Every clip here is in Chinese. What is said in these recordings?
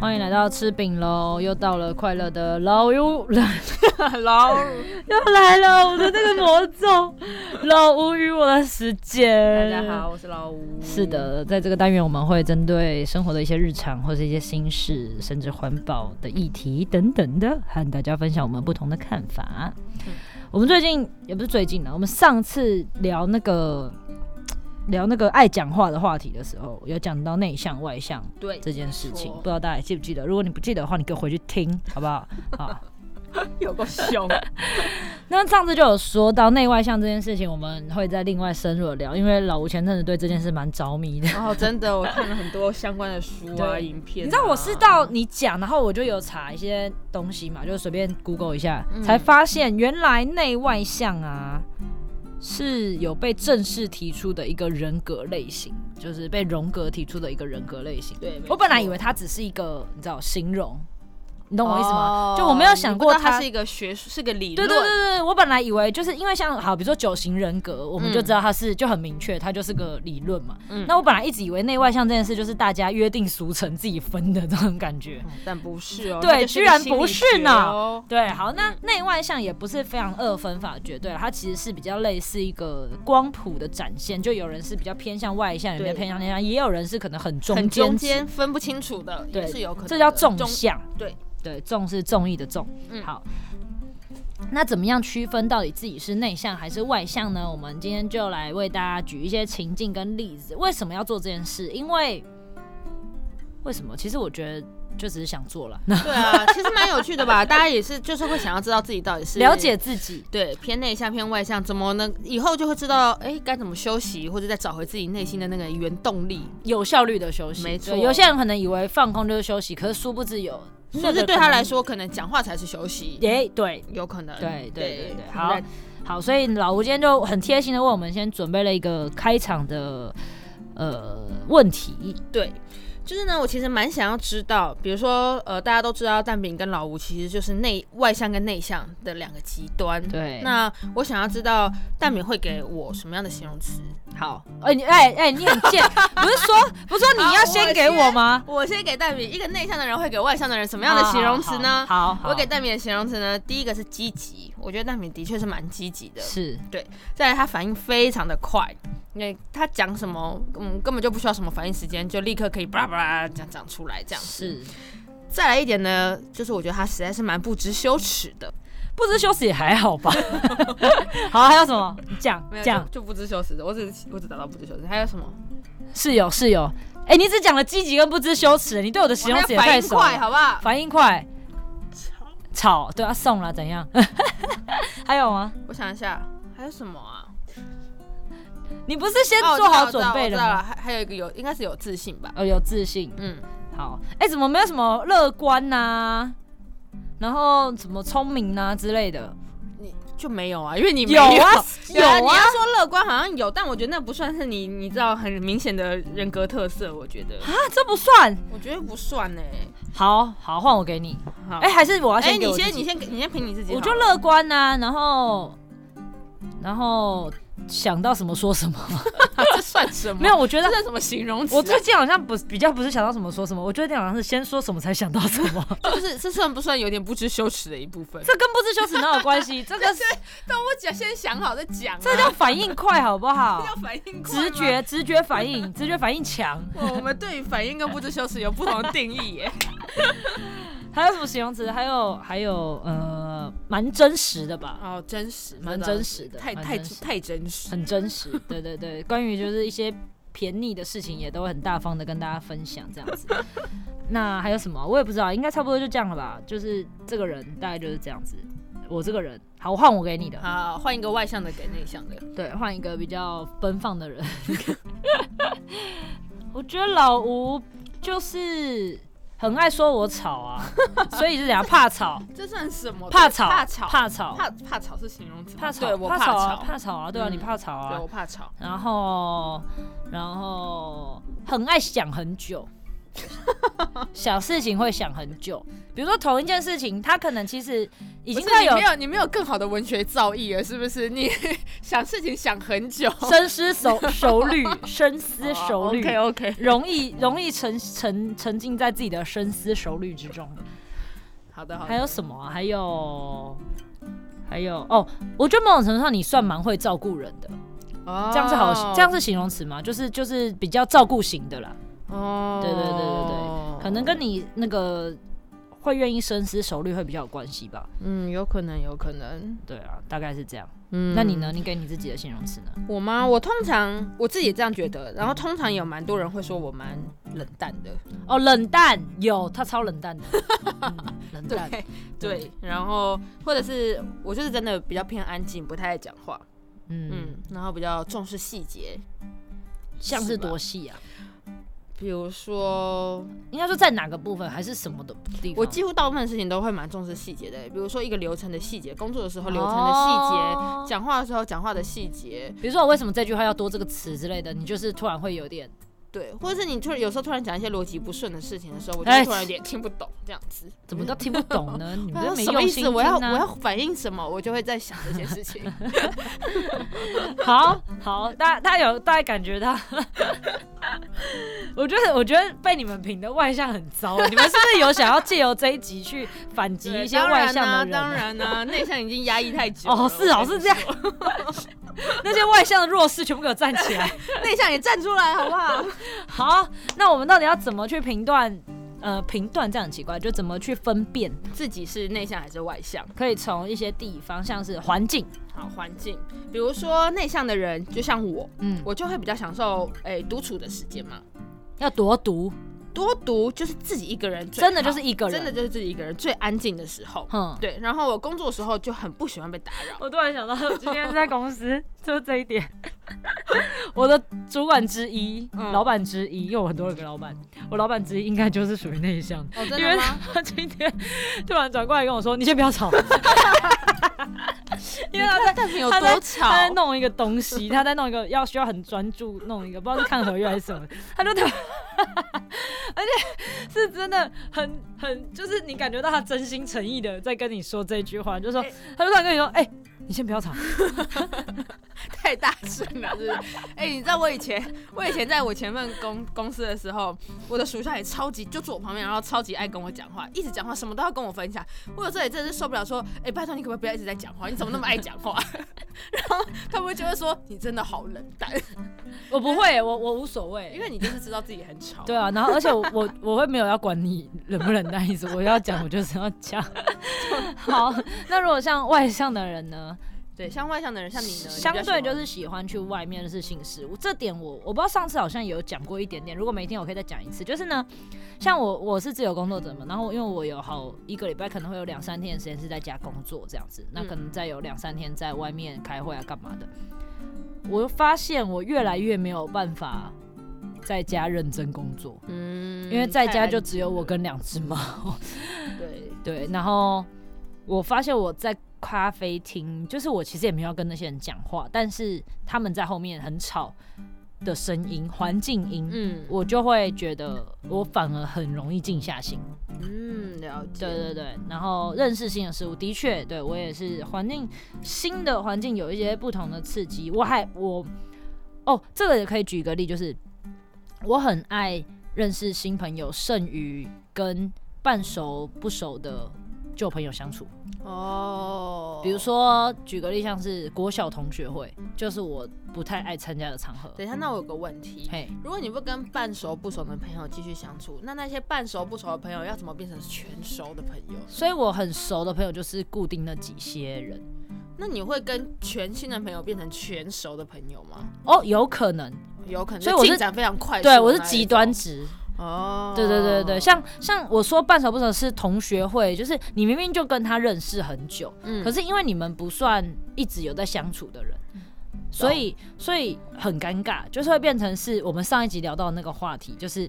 欢迎来到吃饼喽！又到了快乐的 老乌老又来了我的那个魔咒，老吴与我的时大间。家好，，我是老吴。是，的，在这个单元我们会针对生活的一些日常或是一些心事，甚至环保的议题等等的，和大家分享我们不同的看法。我们最近也不是最近了，我们上次聊那个聊那个爱讲话的话题的时候，有讲到内向外向对，这件事情，没错不知道大家还记不记得？如果你不记得的话，你可以回去听，好不好？ 好。有个 凶。那上次就有说到内外向这件事情，我们会再另外深入的聊，因为老吴前阵子对这件事蛮着迷的。然后哦真的，我看了很多相关的书啊、影片啊。你知道我是到你讲，然后我就有查一些东西嘛，就随便 Google 一下，嗯才发现原来内外向啊是有被正式提出的一个人格类型，就是被荣格提出的一个人格类型。对，没错我本来以为它只是一个你知道形容，你懂我意思吗？哦就我没有想过你不知道它它是一个学术，是个理对论。对对对，我本来以为就是因为像好，比如说九型人格，我们就知道它是、就很明确，它就是个理论嘛。嗯那我本来一直以为内外向这件事就是大家约定俗成自己分的这种感觉。嗯但不是哦，对它就是居然个心理不是呢学哦。对，好，那内外向也不是非常二分法绝对啦，它其实是比较类似一个光谱的展现，就有人是比较偏向外向，有人对偏向内向，也有人是可能很中很间中值，间分不清楚的，对也是有可能的。这叫纵向。对对，重是重义的重。嗯好，那怎么样区分到底自己是内向还是外向呢？我们今天就来为大家举一些情境跟例子。为什么要做这件事？因为为什么？其实我觉得就只是想做了，对啊，其实蛮有趣的吧？ 大家也是，就是会想要知道自己到底 是了解自己。对偏内向偏外向，怎么呢？以后就会知道，哎，该怎么休息，或者再找回自己内心的那个原动力。有效率的休息，没对错有些人可能以为放空就是休息，可是殊不知有，那所以个这对他可能来，说，可能讲话才是休息，哎，对，有可能。对对对对，我好们好，所以老吴今天就很贴心的为我们先准备了一个开场的呃问题，在对。就是呢，我其实蛮想要知道，比如说，呃，大家都知道蛋饼跟老吴其实就是内外向跟内向的两个极端。对那那我想要知道蛋饼会给我什么样的形容词？好，哎、你哎哎、你很贱，不是说不是说你要先给我吗？我先给蛋饼一个内向的人会给外向的人什么什样的形容词呢？好，好好我给蛋饼的形容词呢，第一个是积极，我觉得蛋饼的确是蛮积极的。是再来，他反应非常的快，因为他讲什么，嗯，根本就不需要什么反应时间，就立刻可以巴拉巴拉讲讲出来这样。是，再来一点呢，就是我觉得他实在是蛮不知羞耻的，不知羞耻也还好吧。 好，还有什么讲没有讲就就不知羞耻的，我只我只达到不知羞耻，还有什么？室友室友，哎、你只讲了积极跟不知羞耻，你对我的形容词也我还有太反应少了快，好不好？反应快，吵，对啊，送了怎样？ 还有吗？我想一下，还有什么啊？你不是先哦我知做道好我知准道备我知了道吗？了，还还有一个有应该是有自信吧，哦，有自信。嗯，好，哎、怎么没有什么乐观呐、然后什么聪明呐、之类的？你就没有啊，因为你没有 啊，有你啊要，说乐观好像有，但我觉得那不算是你，你知道很明显的人格特色，我觉得，啊，这不算。欸我觉得不算呢、好好，换我给你。好，哎、还是我要哎、先给你我自己、先，你先给，你先评你自己好我了。就乐观呐、然后，然后想到什么说什么。这算什么？没有，，我觉哦这得算什么形容词、啊？我最近好像不比较不是想到什么说什么，我最近好像是先说什么才想到什 么。这就是这算不算有点不知羞耻的一部分？这跟不知羞耻哪有关系？这 个是但我讲先想好再讲、啊，这叫反应快，好不好 这？叫反应快吗直。觉，直觉反应， 直觉反应强。哇我们对于反应跟不知羞耻有不同的定义 耶。还有什么形容词？还有还有呃，蛮真实的吧，哦，真实，蛮真实的，太蛮太真实太真实。很真 实。对对对，关于就是一些便宜的事情，也都很大方的跟大家分享这 样子。那还有什么？我也不知道，应该差不多就这样了吧。就是这个人大概就是这样子。我这个人，好，换我给你的。好，换一个外向的给内向的。对，换一个比较奔放的人。 我觉得老吴就是很爱说我吵啊，所以是怎样怕吵，这算什么？怕吵，哦怕吵，怕吵，怕怕吵是形容词吗。怕吵，对我怕吵啊，怕吵啊，对啊，嗯你怕吵对啊我，怕吵。 然后，然后很爱想很久，小事情会想很久。比如说同一件事情，他可能其实已经不是在你有没有你没有更好的文学造诣了，是不是？你 想事情想很久，深思 熟熟虑、深思熟虑，哦 OK OK，容易容易沉沉沉浸在自己的深思熟虑之中。好的好还的。有什么啊、还有还有哦，我觉得某种程度上你算蛮会照顾人的，哦这样是好，这样是形容词吗？就是就是比较照顾型的啦，哦，对对对对可能跟你那个会愿意深思熟虑会比较有关系吧。嗯，有可能有可能。对啊，大概是这样。嗯，那你呢？？你给你自己的形容词呢？我吗？我通常我自己这样觉得，然后通常有蛮多人会说我蛮冷淡的，哦，冷淡有，他超冷 淡的，嗯冷淡。对，然后或者是我就是真的比较偏安静，不太爱讲话，嗯，嗯，然后比较重视细节，像是是吧多细啊？比如说应该说在哪个部分，还是什么的地方？我几乎大部分事情都会蛮重视细节的，比如说一个流程的细节，工作的时候流程的细节，哦讲、话的时候讲话的细节，比如说我为什么这句话要多这个词之类的，你就是突然会有点对，或者是你突然有时候突然讲一些逻辑不顺的事情的时候，我就哎会突然有点听不懂这样子，怎么都听不懂 呢？你们啊都没什么用意心、思？啊、我要我要反应什么？我就会在想这件事 情。好好，大家大家有大家感觉到， 我觉得我觉得被你们评的外向很糟，欸你们是不是有想要借由这一集去反击对一些外向的人啊、当然啦、内向已经压抑太久了。哦，是哦，我是跟你这样。啊那些外向的弱势全部给我站起来。说，内向也站出来好不好？好，那我们到底要怎么去评断？呃，评断这样很奇怪，就怎么去分辨？自己是内向还是外向？可以从一些地方，像是环境，好，环境，比如说内向的人，就像我，嗯，我就会比较享受诶独、处的时间嘛。要多读，多读就是自己一个人最好，真的就是一个人，真的就是自己一个人最安静的时候。哼。对，然后我工作的时候就很不喜欢被打扰。我突然想到，今天在公司就这一点， 我的主管之一、嗯老板之一，因为我很多个老板，我老板之一应该就是属于内向。哦，真因为的吗？他今天突然转过来跟我说：“你先不要 吵。”因为他在 但是有他在多吵？他在弄一个东西，他在弄一个要需要很专注弄一个，不知道是看合约还是 什么，他就突然而且是真的很很，就是你感觉到他真心诚意的在跟你说这句话，就说、哎他就突然跟你说，哎、你先不要吵，太大声了，是不是？ 哎、你知道我以前，我以前在我前份公公司的时候，我的属下也超级就坐我旁边，然后超级爱跟我讲话，一直讲话，什么都要跟我分享。我有时候也真的是受不了，说，哎、拜托你可不可以不要一直在讲话？你怎么那么爱 讲话？然后他们就会说，你真的好冷淡， 我不会，我我无所因谓。为你就是知道自己很吵。对啊，然后而且我 我我会没有要管你冷不冷淡意思，我要讲我就是要讲。 好，那如果像外向的人呢？对，像外向的人，像你呢，相对就是是喜欢去外面的事情事物，这点我我不知道上次好像有讲过一点点，如果没听我可以再讲一次。就是呢，像我我是自由工作者嘛，然后因为我有好一个礼拜可能会有两三天的时间是在家工作这样子，那可能再有两三天在外面开会啊干嘛的。我发现我越来越没有办法在家认真工作，嗯因为在家就只有我跟两只猫。对，对，然后我发现我在咖啡厅，就是我其实也没有要跟那些人讲话，但是他们在后面很吵的声音、环境音，嗯我就会觉得我反而很容易静下心。嗯，了解，对对对，然后认识新的事物，的确，对我也是环境新的环境有一些不同的刺激。我还我哦，这个也可以举一个例，就是我很爱认识新朋友，胜于跟半熟不熟的旧朋友相处。哦，比如，说，举个例，像是国小同学会，就是我不太爱参加的场合。等一下，那我有个问题，嘿，如果你不跟半熟不熟的朋友继续相处，那那些半熟不熟的朋友要怎么变成全熟的朋友？所以我很熟的朋友就是固定那几些人。那你会跟全新的朋友变成全熟的朋友吗？哦，有可能，有可能，所以我是进展非常快速的那对一种。我是极端值。哦，对对对对，像像我说半熟不熟是同学会，就是你明明就跟他认识很久，嗯嗯可是因为你们不算一直有在相处的人，所以所以很尴尬，就是会变成是我们上一集聊到的那个话题，就是。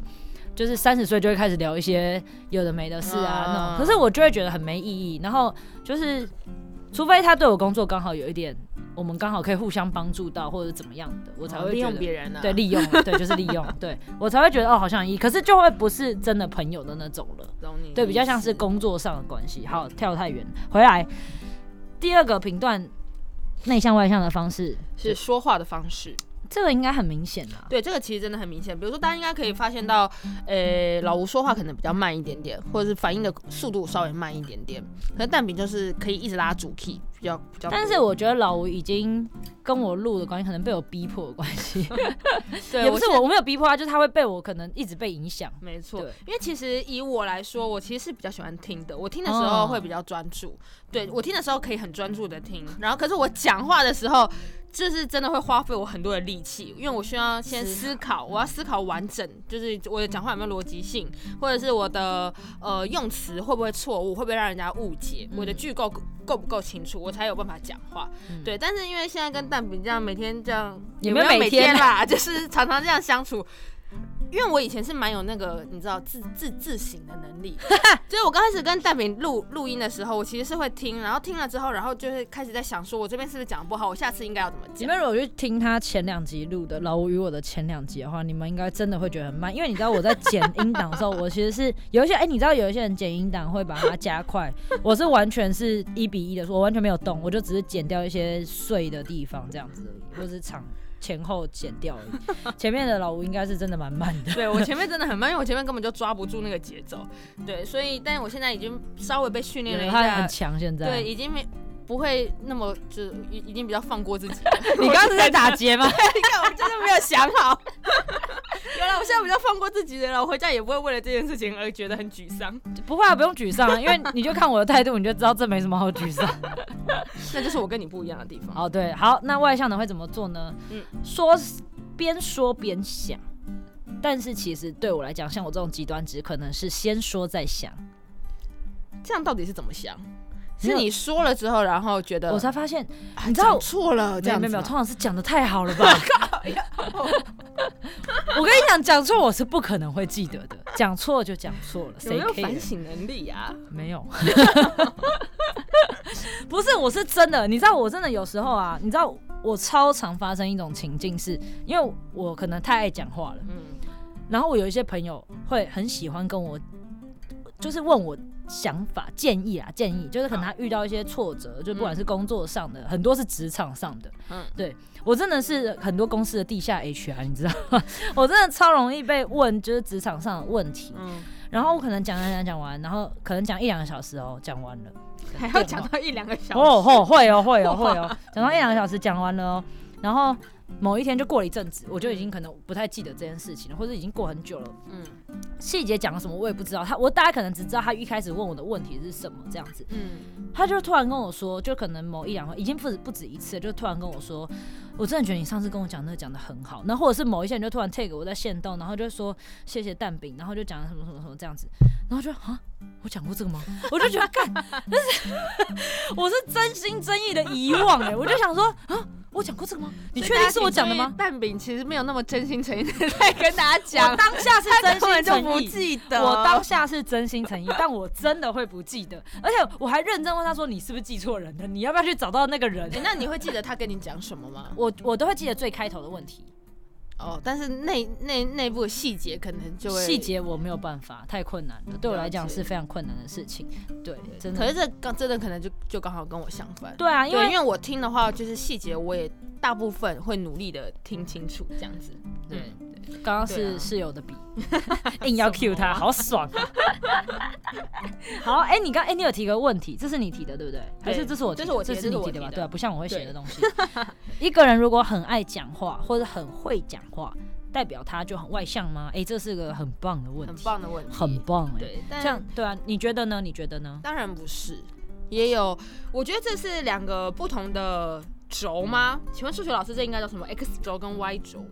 就是三十岁就会开始聊一些有的没的事啊，嗯那种，可是我就会觉得很没意义。然后就是，除非他对我工作刚好有一点我们刚好可以互相帮助到，或者怎么样的，我才会利觉用得别人啊。对，利用，对，就是利用，对我才会觉得哦，好像一，可是就会不是真的朋友的那种了，懂你的意思。对，比较像是工作上的关系。好，跳太远，回来第二个评断内向外向的方式，是说话的方式。这个应该很明显啦。对，这个其实真的很明显。比如说，大家应该可以发现到，呃，老吴说话可能比较慢一点点，或者是反应的速度稍微慢一点点。可是蛋饼就是可以一直拉主 key，比较比较多。但是我觉得老吴已经跟我录的关系，可能被我逼迫的关系，对也不是我，现我没有逼迫他，就是他会被我可能一直被影响。在没错对，因为其实以我来说，我其实是比较喜欢听的。我听的时候哦会比较专注，对我听的时候可以很专注的听，然后可是我讲话的时候。就是真的会花费我很多的力气，因为我需要先思嗯思考，我要思考完整，就是我的讲话有没有逻辑性，或者是我的呃用词会不会错误，会不会让人家误解，嗯我的句构够不够清楚，我才有办法讲话。嗯对，但是因为现在跟蛋饼这样每天这样，也有没有有每每天天啊啦， 就是常常这样相处。因为我以前是蛮有那个你知道自自自省的能 力，就是我刚开始跟蛋饼录录音的时候，我其实是会听，然后听了之后，然后就是开始在想说，我这边是不是讲得不好，我下次应该要怎么你讲？们如果去听他前两集录的《老吴与我》的前两集的话，你们应该真的会觉得很慢，因为你知道我在剪音档的时候，我其实是有一些哎、你知道有一些人剪音档会把它加快，我是完全是一比一的，我完全没有动，我就只是剪掉一些碎的地方这样子而已，或是长前后剪掉 而已。前面的老吴应该是真的蛮慢的， 对我前面真的很慢，因为我前面根本就抓不住那个节奏，对，所以但我现在已经稍微被训练了一他下很，强现在。对，已经没不会那么就已已经比较放过自己了。 你刚刚是在打结吗？你看，我真的没有想好。 原来我现在比较放过自己的了，我回家也不会为了这件事情而觉得很沮丧， 不会啊，不用沮丧啊，因为你就看我的态度，你就知道这没什么好沮丧。那就是我跟你不一样的地方。哦，对，好，那外向的会怎么做呢？嗯嗯，说边说边想，但是其实对我来讲，像我这种极端值，可能是先说再想，这样到底是怎么想？没是有你说了之后，然后觉得我才发现，啊你知道讲错了，这没有样没有子没有，吗通常是讲的太好了吧？ 我跟你讲，讲错我是不可能会记得的，讲错就讲错了，有没谁有 c a 反省能力啊？没有， 不是，我是真的，你知道，我真的有时候啊，你知道，我超常发生一种情境是，因为我可能太爱讲话了。嗯，然后我有一些朋友会很喜欢跟我，就是问我想法、建议啊，建议，就是可能他遇到一些挫折，就不管是工作上的，很多是职场上的，嗯嗯，对我真的是很多公司的地下 HR，你知道吗？我真的超容易被问，就是职场上的问题，嗯，然后我可能讲讲讲讲完，然后可能讲一两个小时哦，讲完了，嗯还要讲到一两个小时，哦吼，会哦会哦会哦，讲到一两个小时讲完了哦，然后某一天就过了一阵子，我就已经可能不太记得这件事情了，或者已经过很久了。嗯细节讲了什么我也不知道，他我大家可能只知道他一开始问我的问题是什么这样子，嗯，他就突然跟我说，就可能某一两回已经不止不止一次了，就突然跟我说，我真的觉得你上次跟我讲那个讲的很好，那或者是某一些人就突然 take 我在线动，然后就说谢谢蛋饼，然后就讲什么什么什么这样子，然后就啊。我讲过这个吗？我就觉得干，但是我是真心真意的遗忘哎、我就想说啊，我讲过这个吗？你确定是我讲的吗？蛋饼其实没有那么真心诚意的 在跟大家我讲，当下是真根心本就诚不意，记得。我当下是真心 诚意，但我真的会不记得，而且我还认真问他说：“你是不是记错人了？你要不要去找到哎那个人诶，那你会记得他跟你讲什么吗？？”我我都会记得最开头的问题，哦，但是内内内部的细节可能就会细节我没有办法，太困难嗯了，对我来讲了解是非常困难的事情。对，真可的，是这刚真的可能就就刚好跟我相反，对啊，因对，因为为我听的话就是细节，我也大部分会努力的听清楚这样子。对嗯，刚刚对啊是室友的笔， 硬要什么 cue 他，好爽啊！好，哎，你刚哎，你有提个问题，这是你提的对不对？还是这是我提的？这是我提的这是你这是我提提的吧？的对啊，不像我会写的东西。 一个人如果很爱讲话或者很会讲话，代表他就很外向吗？哎，这是个很棒的问很题，棒的问题，很棒哎。对，但这样对啊，你觉得呢？你觉得呢？当然不是，也有，我觉得这是两个不同的轴吗？嗯请问数学老师这应该叫什么？X 轴跟 Y 轴，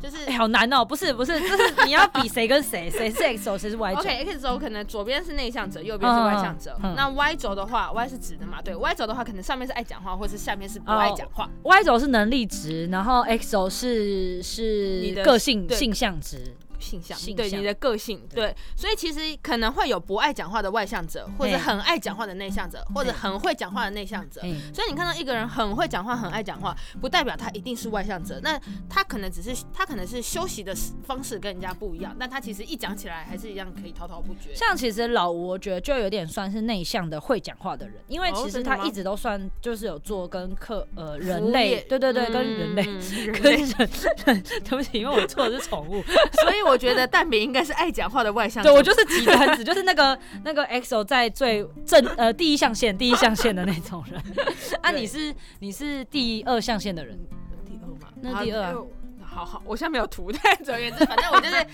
就是哎，好难哦！不是不是，这是你要比谁跟谁，谁是 X 轴，谁是 Y 轴 OK X 轴可能左边是内向者，右边是外向者。嗯嗯嗯嗯那 Y 轴的话，Y 是直的嘛？对，Y 轴的话，可能上面是爱讲话，或是下面是不哦爱讲话。 ？Y 轴是能力值，然后 X 轴是是你的个性对性向值，性向，性对向你的个性，对对，所以其实可能会有不爱讲话的外向者，或者嘿很爱讲话的内向者，或者嘿很会讲话的内向者。哎，所以你看到一个人很会讲话、很爱讲话，不代表他一定是外向者。那他可能只是他可能是休息的方式跟人家不一样，但他其实一讲起来还是一样可以滔滔不绝。像其实老吴，我觉得就有点算是内向的会讲话的人，因为哦其实真的他吗一直都算就是有做跟客呃服人务类业，对对对，嗯跟人类。 人跟类人，对不 起，因为我做的是 宠物，所以我觉得蛋饼应该是爱讲话的外向者。对我就是极端子，就是那个那个 EXO 在最正呃第一象限第一象限的那种人。 啊，对你是你是第二象限的人，第二嘛，那好第二啊。好好，我现在没有图，但总而 言之，反正我就是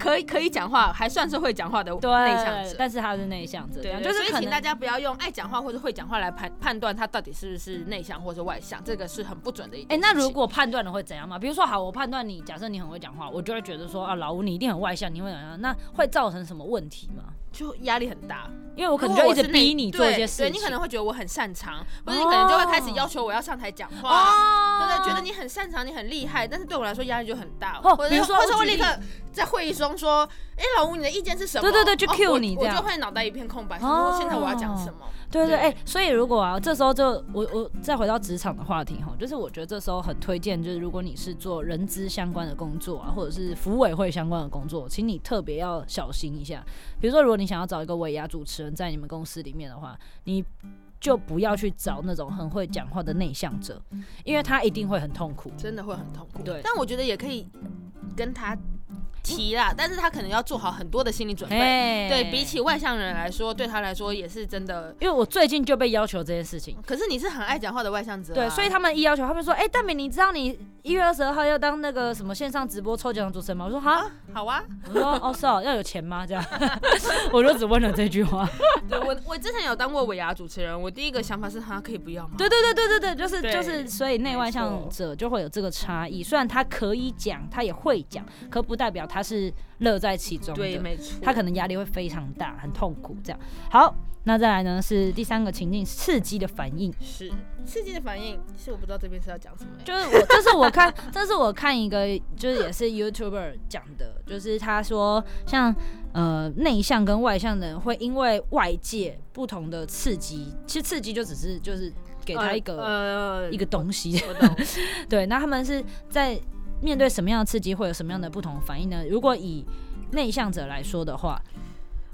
可以可以讲话，还算是会讲话的对，内向者。但是他是内向者，这对，样就就是是可请大能家不要用爱讲话或者会讲话来判判断他到底是不是内向或是外向，这个是很不准的一件哎、事情。那如果判断了会怎样吗？比如说，好，我判断你，假设你很会讲话，我就会觉得说啊，老吴你一定很外向，你会怎样？那会造成什么问题吗？就压力很大，因为我可能如就果一我直是内逼你做一些对事情，对你可能会觉得我很擅长，或者你可能就会开始要求我要上台讲话。哦，对对，觉得你很擅长，你很厉害，但是对我来说压力就很大。哦或者比如说或者我会举立例刻在会议中说：“哎，老吴，你的意见是什么？”对对对去哦 cue 我你这我样就会脑袋一片空白，想说哦现在我要讲什么？对对，对哎、所以如果啊，这时候就我我再回到职场的话题哈，就是我觉得这时候很推荐，就是如果你是做人资相关的工作啊，或者是服委会相关的工作，请你特别要小心一下。比如说，如果你想要找一个尾牙主持人在你们公司里面的话，你就不要去找那种很会讲话的内向者，因为他一定会很痛苦。真的会很痛苦。对但我觉得也可以跟他提啦，但是他可能要做好很多的心理准备。哎对比起外向人来说，对他来说也是真的。因为我最近就被要求这件事情。可是你是很爱讲话的外向者啊，对，所以他们一要求，他们说：“哎、大美，你知道你一月二十二号要当那个什么线上直播抽奖主持人吗？”我说：“哈，好啊。我说哦是哦，要有钱吗？这样， 我就只问了这句话。对我，我之前有当过尾牙主持人，我第一个想法是，哈，可以不要吗？对对对对对对，就是对就是，所以内外向没者就会有这个差异。虽然他可以讲，他也会讲，可不代表他是乐在其中对，的。没错。他可能压力会非常大，很痛苦。这样好，那再来呢是第三个情境，刺激的反应。是刺激的反应，其实我不知道这边是要讲什么、欸。就是我，这是我看， 这是我看一个，就是也是 YouTuber 讲的，就是他说像呃内向跟外向的人会因为外界不同的刺激，其实刺激就只是就是给他一个、呃一个东西， 我懂，对，那他们是在面对什么样的刺激会有什么样的不同反应呢？如果以内向者来说的话，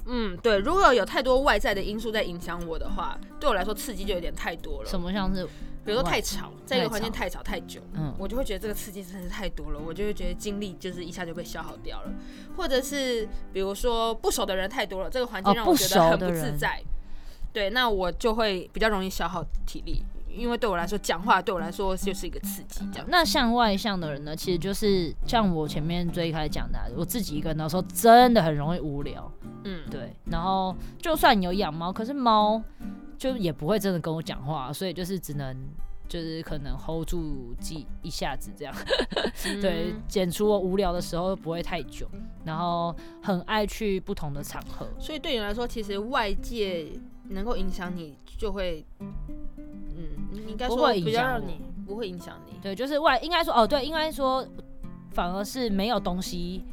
嗯，对，如果有太多外在的因素在影响我的话，对我来说刺激就有点太多了。什么像是比如说太吵，在一太个吵环境太吵太久，嗯我就会觉得这个刺激真的是太多了，我就会觉得精力就是一下就被消耗掉了，或者是比如说不熟的人太多了，这个环境哦让我觉得很不熟的不人自在。对，那我就会比较容易消耗体力，因为对我来说讲话对我来说就是一个刺激，这样。那像外向的人呢，其实就是像我前面最一开始讲的啊，我自己一个人的时候真的很容易无聊。嗯，对，然后就算你有养猫，可是猫就也不会真的跟我讲话，所以就是只能就是可能 hold 住几一下子这样，嗯对， 减除我无聊的时候不会太久，然后很爱去不同的场合，所以对你来说，其实外界能够影响你，就会，嗯，你应该不说会影响比较让我你不会影响你。对，就是外应该说哦对，应该说反而是没有东西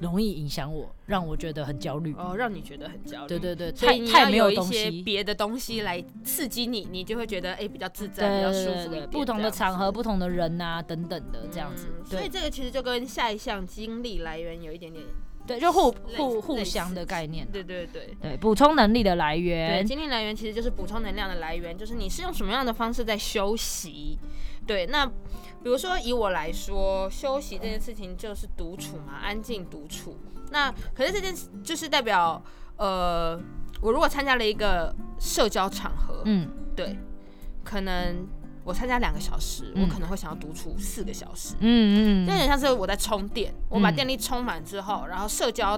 容易影响我，让我觉得很焦虑。哦，让你觉得很焦虑。对对对，所太以你太要没有一东些西。别的东西来刺激你，你就会觉得哎、比较自在，比对较舒对服一对，点。不同的这样场合、不同的人啊，等等的子这样子嗯。所对以这个其实就跟下一项精力来源有一点点，对，就互类互似互类似相的概念啊。对对对。对，补充能力的来对，源。精力来源其实就是补充能量的来源，就是你是用什么样的方式在休息。对，那比如说以我来说，休息这件事情就是独处嘛，安静独处。那可是这件事就是代表，呃，我如果参加了一个社交场合，嗯对，可能我参加两个小时，嗯我可能会想要独处四个小时，嗯就嗯，有点像是我在充电，我把嗯电力充满之后，然后社交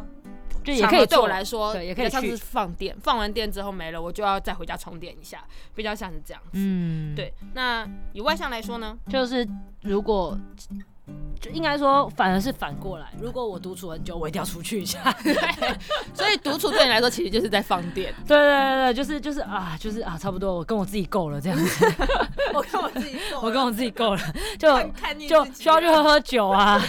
就也场可以合对做我来说，对也可以比较像去是放电，放完电之后没了，我就要再回家充电一下，比较像是这样子。嗯，，对，那以外向来说呢？ 就是如果。就应该说，反而是反过来。如果我独处很久，我一定要出去一下。所以独处对你来说其实就是在放电。 对对 对对，就是就是啊，就是啊，差不多，我跟我自己够了这样子， 我跟我自己说 我跟我自己够了，就看腻 就需要去喝喝酒啊。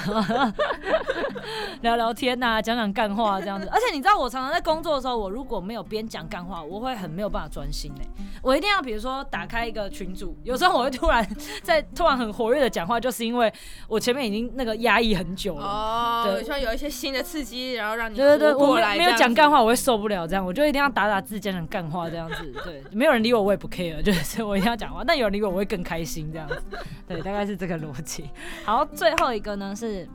聊聊天呐、讲讲干话这样子。而且你知道，我常常在工作的时候，我如果没有边讲干话，我会很没有办法专心呢、我一定要比如说打开一个群组，有时候我会突然 在突然很活跃的讲话，就是因为我前面已经那个压抑很久了。哦，对希望有一些新的刺激，然后让你对对对，活我过没来有没有讲干话，话，我会受不了这样，我就一定要打打字，讲讲干话这样子。对，没有人理我，我也不 care，就是 我一定要讲话。但有人理我，我会更开心这样子。对，大概是这个逻辑。好，最后一个呢是，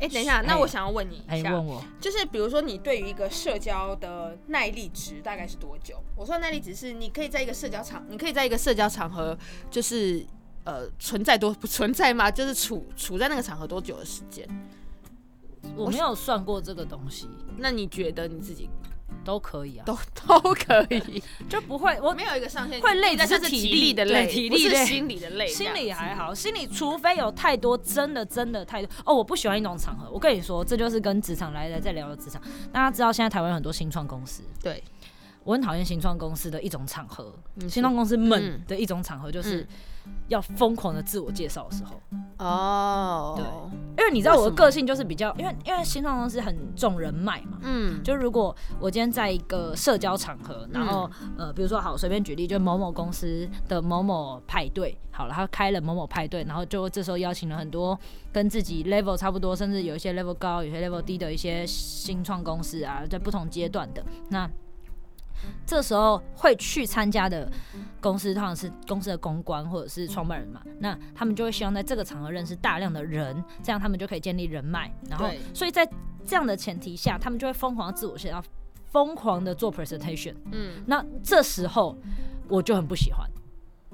哎，等一下，那我想要问你哎、一下问，我，就是比如说你对于一个社交的耐力值大概是多久？我说耐力值是你可以在一个社交场，你可以在一个社交场合，就是呃存在多不存在吗？就是处处在那个场合多久的时间？我没有算过这个东西，那你觉得你自己都可以啊，都都可以，就不会我。 没有一个 上限，会累但只是是体体力力的对累，体不力是累心理的累，心里还好，心里除非有太多真的真的太多哦，我不喜欢一种场合。我跟你说，这就是跟职场来来再聊的职场。大家知道现在台湾有很多新创公司，对，我很讨厌新创公司的一种场合，你新创公司嗯们的一种场合就是要疯狂的自我介绍的时候，哦，因为你知道我的为什么个性就是比较，因为因为新创公司很重人脉嘛。嗯，就如果我今天在一个社交场合，然后、嗯呃，比如说好，随便举例，就某某公司的某某派对，好了，他开了某某派对，然后就这时候邀请了很多跟自己 level 差不多，甚至有一些 level 高，有些 level 低的一些新创公司啊，在不同阶段的那。这时候会去参加的公司，通常是公司的公关或者是创办人嘛，嗯那他们就会希望在这个场合认识大量的人，这样他们就可以建立人脉，然后对所以在这样的前提下，他们就会疯狂地自我介绍，疯狂的做 presentation。嗯那这时候我就很不喜欢，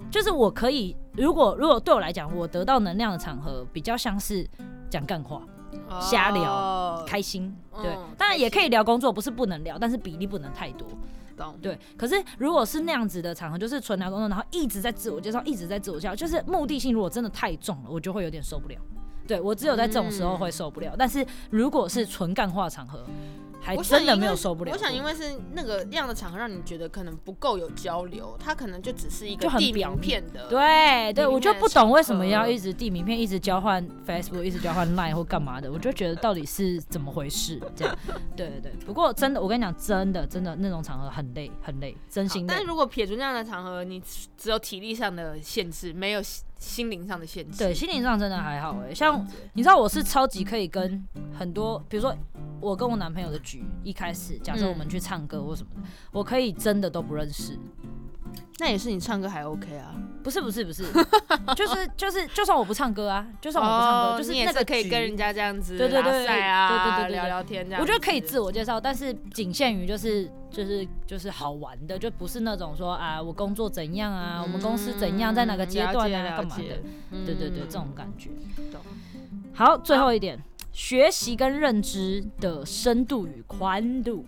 就是我可以，如果如果对我来讲，我得到能量的场合比较像是讲干话，瞎聊哦开心，嗯对开心，当然也可以聊工作，不是不能聊，但是比例不能太多。懂对，可是如果是那样子的场合，就是纯聊工作，然后一直在自我介绍，一直在自我介绍，就是目的性如果真的太重了，我就会有点受不了。对我只有在这种时候嗯会受不了，但是如果是纯干话场合，还我哎想真的没因有为受不了我过。想，因为是那个样的场合，让你觉得可能不够有交流，它可能就只是一个就很地表名面片的。对啊对，里我面就的不场懂为什么合要一直递名片，一直交换 Facebook，一直交换 Line 或干嘛的，我就觉得到底是怎么回事？这样，对对对。不过真的，我跟你讲，真的真的那种场合很累，很累，真好心但累。如果撇除那样的场合，你只有体力上的限制，没有心心灵上的限制。对，心灵上真的还嗯好哎、像你知道我是超级可以跟很多，比如说我跟我男朋友的局，一开始假设我嗯们去唱歌或什么的，我可以真的都不认识。那也是你唱歌还 OK 啊，不是不是不 是，就是就是，就算我不唱歌啊，就算我不唱歌，哦就是你也那个可以局跟人家这样子对对拉对塞啊，对对对对对聊聊天这样我子。觉得可以自我介绍，但是仅限于就是就是就是好玩的，就不是那种说啊，我工作怎样啊，我们公司怎样，在哪嗯个阶段啊，干嘛的？的对对对，这种感觉嗯懂。好，最后一点，学习跟认知的深度与宽度，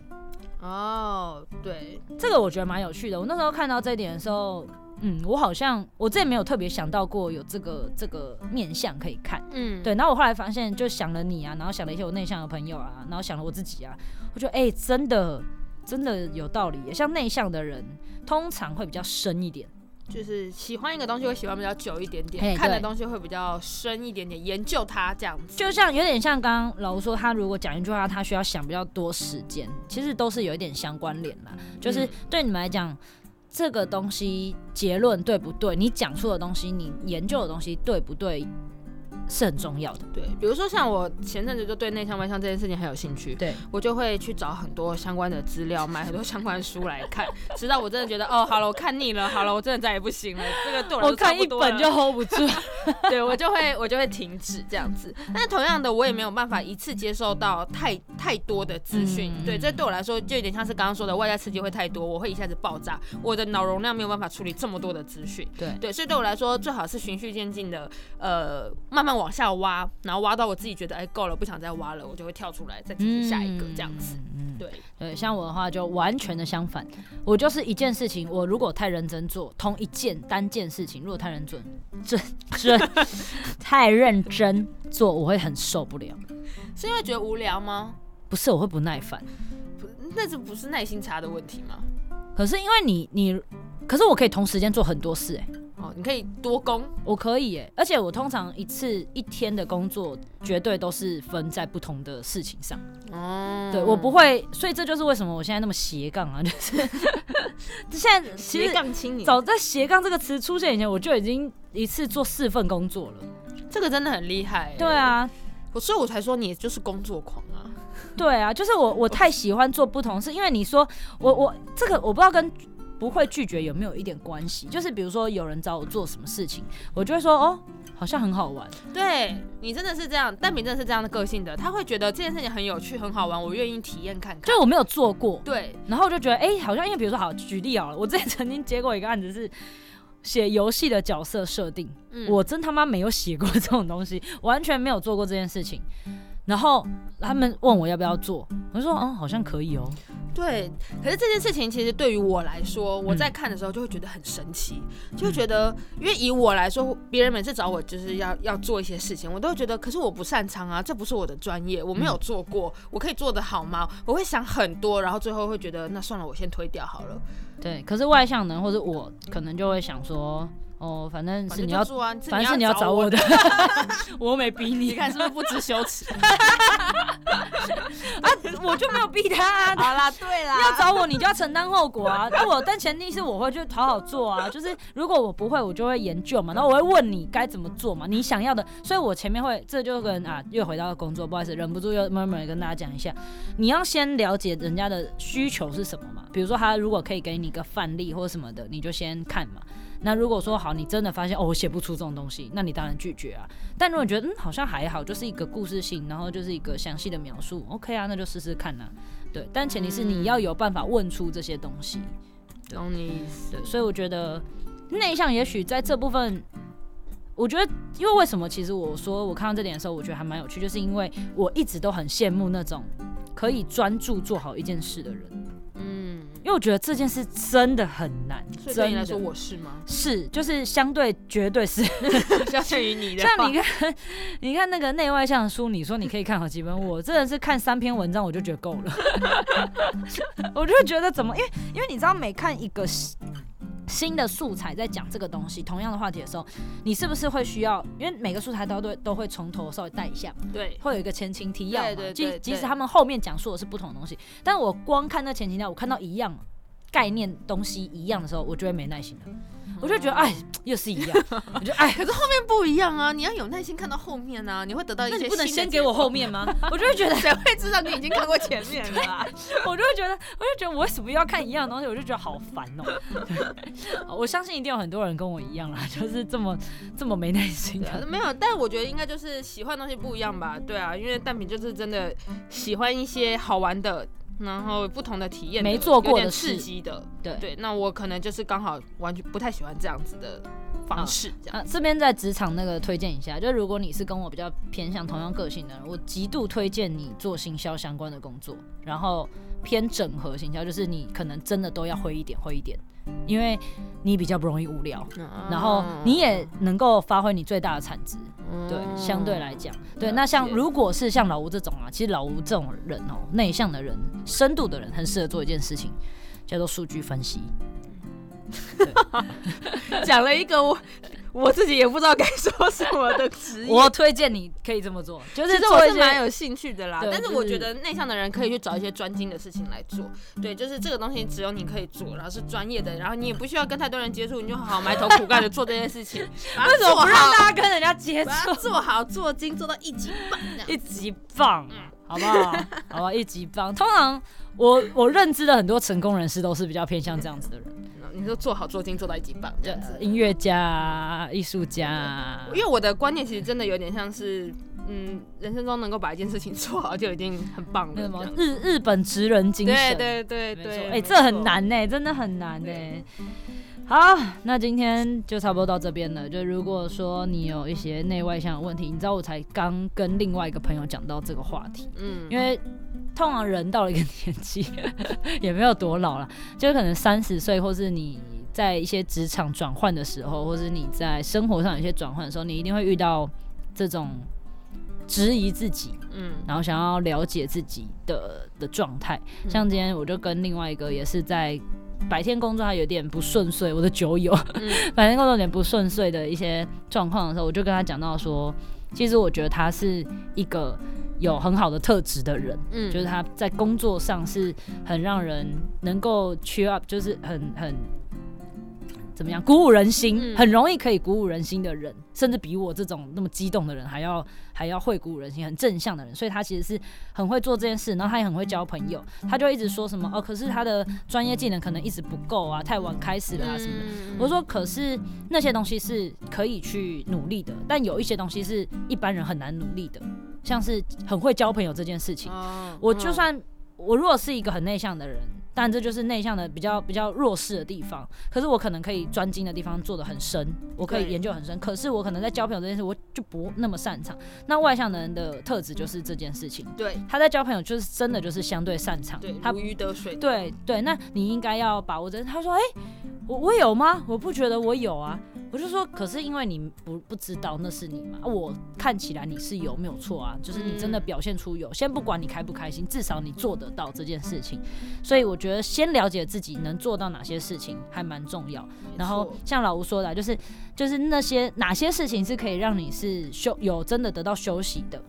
哦，对，这个我觉得蛮有趣的。我那时候看到这一点的时候，嗯，我好像我自己没有特别想到过有这个这个面向可以看。嗯，对，然后我后来发现，就想了你啊，然后想了一些我内向的朋友啊，然后想了我自己啊，我觉得哎、真的真的有道理耶。像内向的人，通常会比较深一点，就是喜欢一个东西会喜欢比较久一点嘿点，看的对东西会比较深一点点，研究它这样子。就像有点像刚刚老吴说，他如果讲一句话，他需要想比较多时间，其实都是有一点相关联啦。就是嗯对你们来讲，这个东西结论对不对，你讲出的东西，你研究的东西对不对，是很重要的。对，比如说像我前阵子就对内向外向这件事情很有兴趣，对，我就会去找很多相关的资料，买很多相关的书来看， 直到我真的觉得哦，好了，我看腻了，好了，我真的再也不行了，这个对我来我说差看不一多本了就 hold 不住。 对我就会我就会停止这样子。但同样的，我也没有办法一次接受到太太多的资讯，嗯对，这对我来说就有点像是刚刚说的外在刺激会太多，我会一下子爆炸，我的脑容量没有办法处理这么多的资讯。对对，所以对我来说，嗯最好是循序渐进的，呃，慢慢往下挖，然后挖到我自己觉得哎够了，不想再挖了，我就会跳出来再进行下一个这样子。嗯。嗯对，对，像我的话就完全的相反，我就是一件事情，我如果太认真做，同一件单件事情，如果太认真，真真太认真做，我会很受不了。是因为觉得无聊吗？不是，我会不耐烦。不，那这不是耐心差的问题吗？可是因为你你，可是我可以同时间做很多事、欸，哦，你可以多工，我可以耶，而且我通常一次一天的工作绝对都是分在不同的事情上，哦，对我不会，所以这就是为什么我现在那么斜杠啊，就是 现在其斜实杠青年，早在斜杠这个词出现以前，我就已经一次做四份工作了。这个真的很厉害、欸对，啊，我所以我才说你就是工作狂啊，对啊，就是我我太喜欢做不同事，因为你说我我这个我不知道跟不会拒绝有没有一点关系，就是比如说有人找我做什么事情，我就会说哦，好像很好玩，对你真的是这样，蛋饼真的是这样的个性的，他会觉得这件事情很有趣、很好玩，我愿意体验看看。就是我没有做过，对，然后我就觉得哎、好像因为比如说好举例好了，我之前曾经接过一个案子是。写游戏的角色设定，嗯我真他妈没有写过这种东西，完全没有做过这件事情。然后他们问我要不要做，我就说嗯，好像可以哦。对，可是这件事情其实对于我来说，我嗯在看的时候就会觉得很神奇，就会觉得，因为以我来说，别人每次找我就是要要做一些事情，我都会觉得，可是我不擅长啊，这不是我的专业，我没嗯有做过，我可以做得好吗？我会想很多，然后最后会觉得，那算了，我先推掉好了。对，可是外向的人或者我可能就会想说，哦，反正反是正你就要，做啊，反正是你要要找我我的， 我又没逼你你看是不是不知羞 耻？啊，我就没有逼 他、啊。好啦，对啦，要找我，你就要承担后果啊！那我但前提是我会去好好做啊，就是如果我不会，我就会研究嘛，然后我会问你该怎么做嘛，你想要的，所以我前面会这就跟啊又回到工作，不好意思，忍不住又慢慢跟大家讲一下，你要先了解人家的需求是什么嘛，比如说他如果可以给你一个范例或什么的，你就先看嘛。那如果说好，你真的发现哦，我写不出这种东西，那你当然拒绝啊。但如果你觉得嗯好像还好，就是一个故事性，然后就是一个详细的描述，OK 啊，那就试试看呐、对，但前提是你要有办法问出这些东西。懂你意思。对，所以我觉得内向也许在这部分，我觉得因为为什么？其实我说我看到这点的时候，我觉得还蛮有趣，就是因为我一直都很羡慕那种可以专注做好一件事的人，嗯，因为我觉得这件事真的很难，所以对真你来的？说，我是吗是就是相对绝对是相对于你的 话，像你看，你看那个内外向的书，你说你可以看好几本，我真的是看三篇文章我就觉得够了， 我就觉得怎么，因为因为你知道每看一个新新的素材在讲这个东西，同样的话题的时候，你是不是会需要？因为每个素材都对都会从头稍微带一下，对，会有一个前情提要嘛。对对对即对即使他们后面讲述的是不同的东西，但我光看那前情提要，我看到一样概念东西一样的时候，我就会没耐心了，嗯我就觉得哎，又是一样，我就哎。可是后面不一样啊，你要有耐心看到后面啊，你会得到一些。嗯那你不能先给我后，面吗？我就会觉得， 谁会知道你已经看过前面 了啊？我就会觉得，我就觉得我为什么要看一样的东西？我就觉得好烦哦、对 我相信一定有很多人跟我一样啦，就是这么这么没耐心对啊的。没有，但我觉得应该就是喜欢的东西不一样吧。对啊，因为蛋饼就是真的喜欢一些好玩的，然后不同的体验的，没做过的有点刺事激的。对对，那我可能就是刚好完全不太喜欢这样子的方式，这样。啊，这边在职场那个推荐一下，就如果你是跟我比较偏向同样个性的人，我极度推荐你做行销相关的工作，然后偏整合行销，就是你可能真的都要会一点，会一点，因为你比较不容易无聊，然后哦你也能够发挥你最大的产值。对，嗯相对来讲，对。了那像解如果是像老吴这种啊，其实老吴这种人哦、内向的人、深度的人，很适合做一件事情，叫做数据分析。讲了一个我 我自己也不知道该说什么的职业。我推荐你可以这么做，就其是实我做一是蛮些。有兴趣的啦，对但是就是我觉得内向的人可以去找一些专精的事情来做。对，就是这个东西只有你可以做，然后是专业的，然后你也不需要跟太多人接触，你就好好埋头苦干的做这件 事情。为为什么不让大家跟人家接触把？它做好做精，做到一级棒这样？一级棒，嗯好不好？好吧，一级棒。通常我我认知的很多成功人士都是比较偏向这样子的人，你说做好做精，做到一级棒这样子。音乐家啊、艺术家啊。因为我的观念其实真的有点像是，嗯，人生中能够把一件事情做好就已经很棒了。那这什么样日日本职人精神，对对对没错，对，哎、没这很错。难呢、真的很难呢、好，那今天就差不多到这边了。就如果说你有一些内外向的问题，你知道我才刚跟另外一个朋友讲到这个话题，嗯，因为通常人到了一个年纪， 也没有多老了，就是可能三十岁，或是你在一些职场转换的时候，或是你在生活上有一些转换的时候，你一定会遇到这种质疑自己，嗯然后想要了解自己的的状态。嗯像今天我就跟另外一个也是在白天工作还有点不顺遂，我的酒友、嗯 白天工作有点不顺遂的一些状况的时候，我就跟他讲到说，其实我觉得他是一个有很好的特质的人，嗯，就是他在工作上是很让人能够 cheer up，就是很很怎么样鼓舞人心，嗯很容易可以鼓舞人心的人，甚至比我这种那么激动的人还要还要会鼓舞人心，很正向的人。所以他其实是很会做这件事，然后他也很会交朋友。他就一直说什么哦，可是他的专业技能可能一直不够啊，太晚开始了啊什么的。嗯我，说，可是那些东西是可以去努力的，但有一些东西是一般人很难努力的，像是很会交朋友这件事情。哦我就算我如果是一个很内向的人，但这就是内向的比较比较弱势的地方。可是我可能可以专精的地方做得很深，我可以对研究很深。可是我可能在交朋友这件事，我就不那么擅长。那外向的人的特质就是这件事情，嗯对他在交朋友就是真的就是相对擅长对，，他如鱼得水，对对，那你应该要把握这。他说：“哎、我我有吗？我不觉得我有啊。”我就说：“可是因为你不不知道那是你嘛，啊我看起来你是有没有错啊？就是你真的嗯表现出有，先不管你开不开心，至少你做得到这件事情。所以我觉得先了解自己能做到哪些事情还蛮重要。没然后错像老吴说的啊，就是就是那些哪些事情是可以让你是休有真的得到休息的，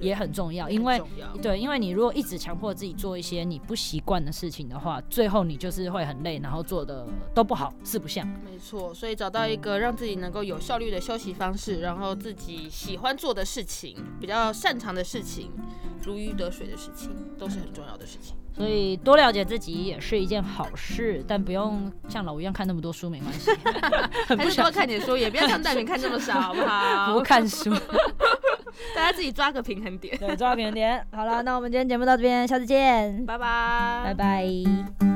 也很重要，因为很重要对，因为你如果一直强迫自己做一些你不习惯的事情的话，最后你就是会很累，然后做的都不好，四不像。没错，所以找到一个让自己能够有效率的休息方式，然后自己喜欢做的事情，比较擅长的事情，如鱼得水的事情，都是很重要的事情。所以多了解自己也是一件好事，但不用像老吴一样看那么多书，没关系，很还不是多想看点书，也不要像蛋饼看这么少，好不 不好？看 书。大家自己抓个平衡点。对，抓到平衡点。好了，那我们今天节目到这边，下次见，拜拜。拜拜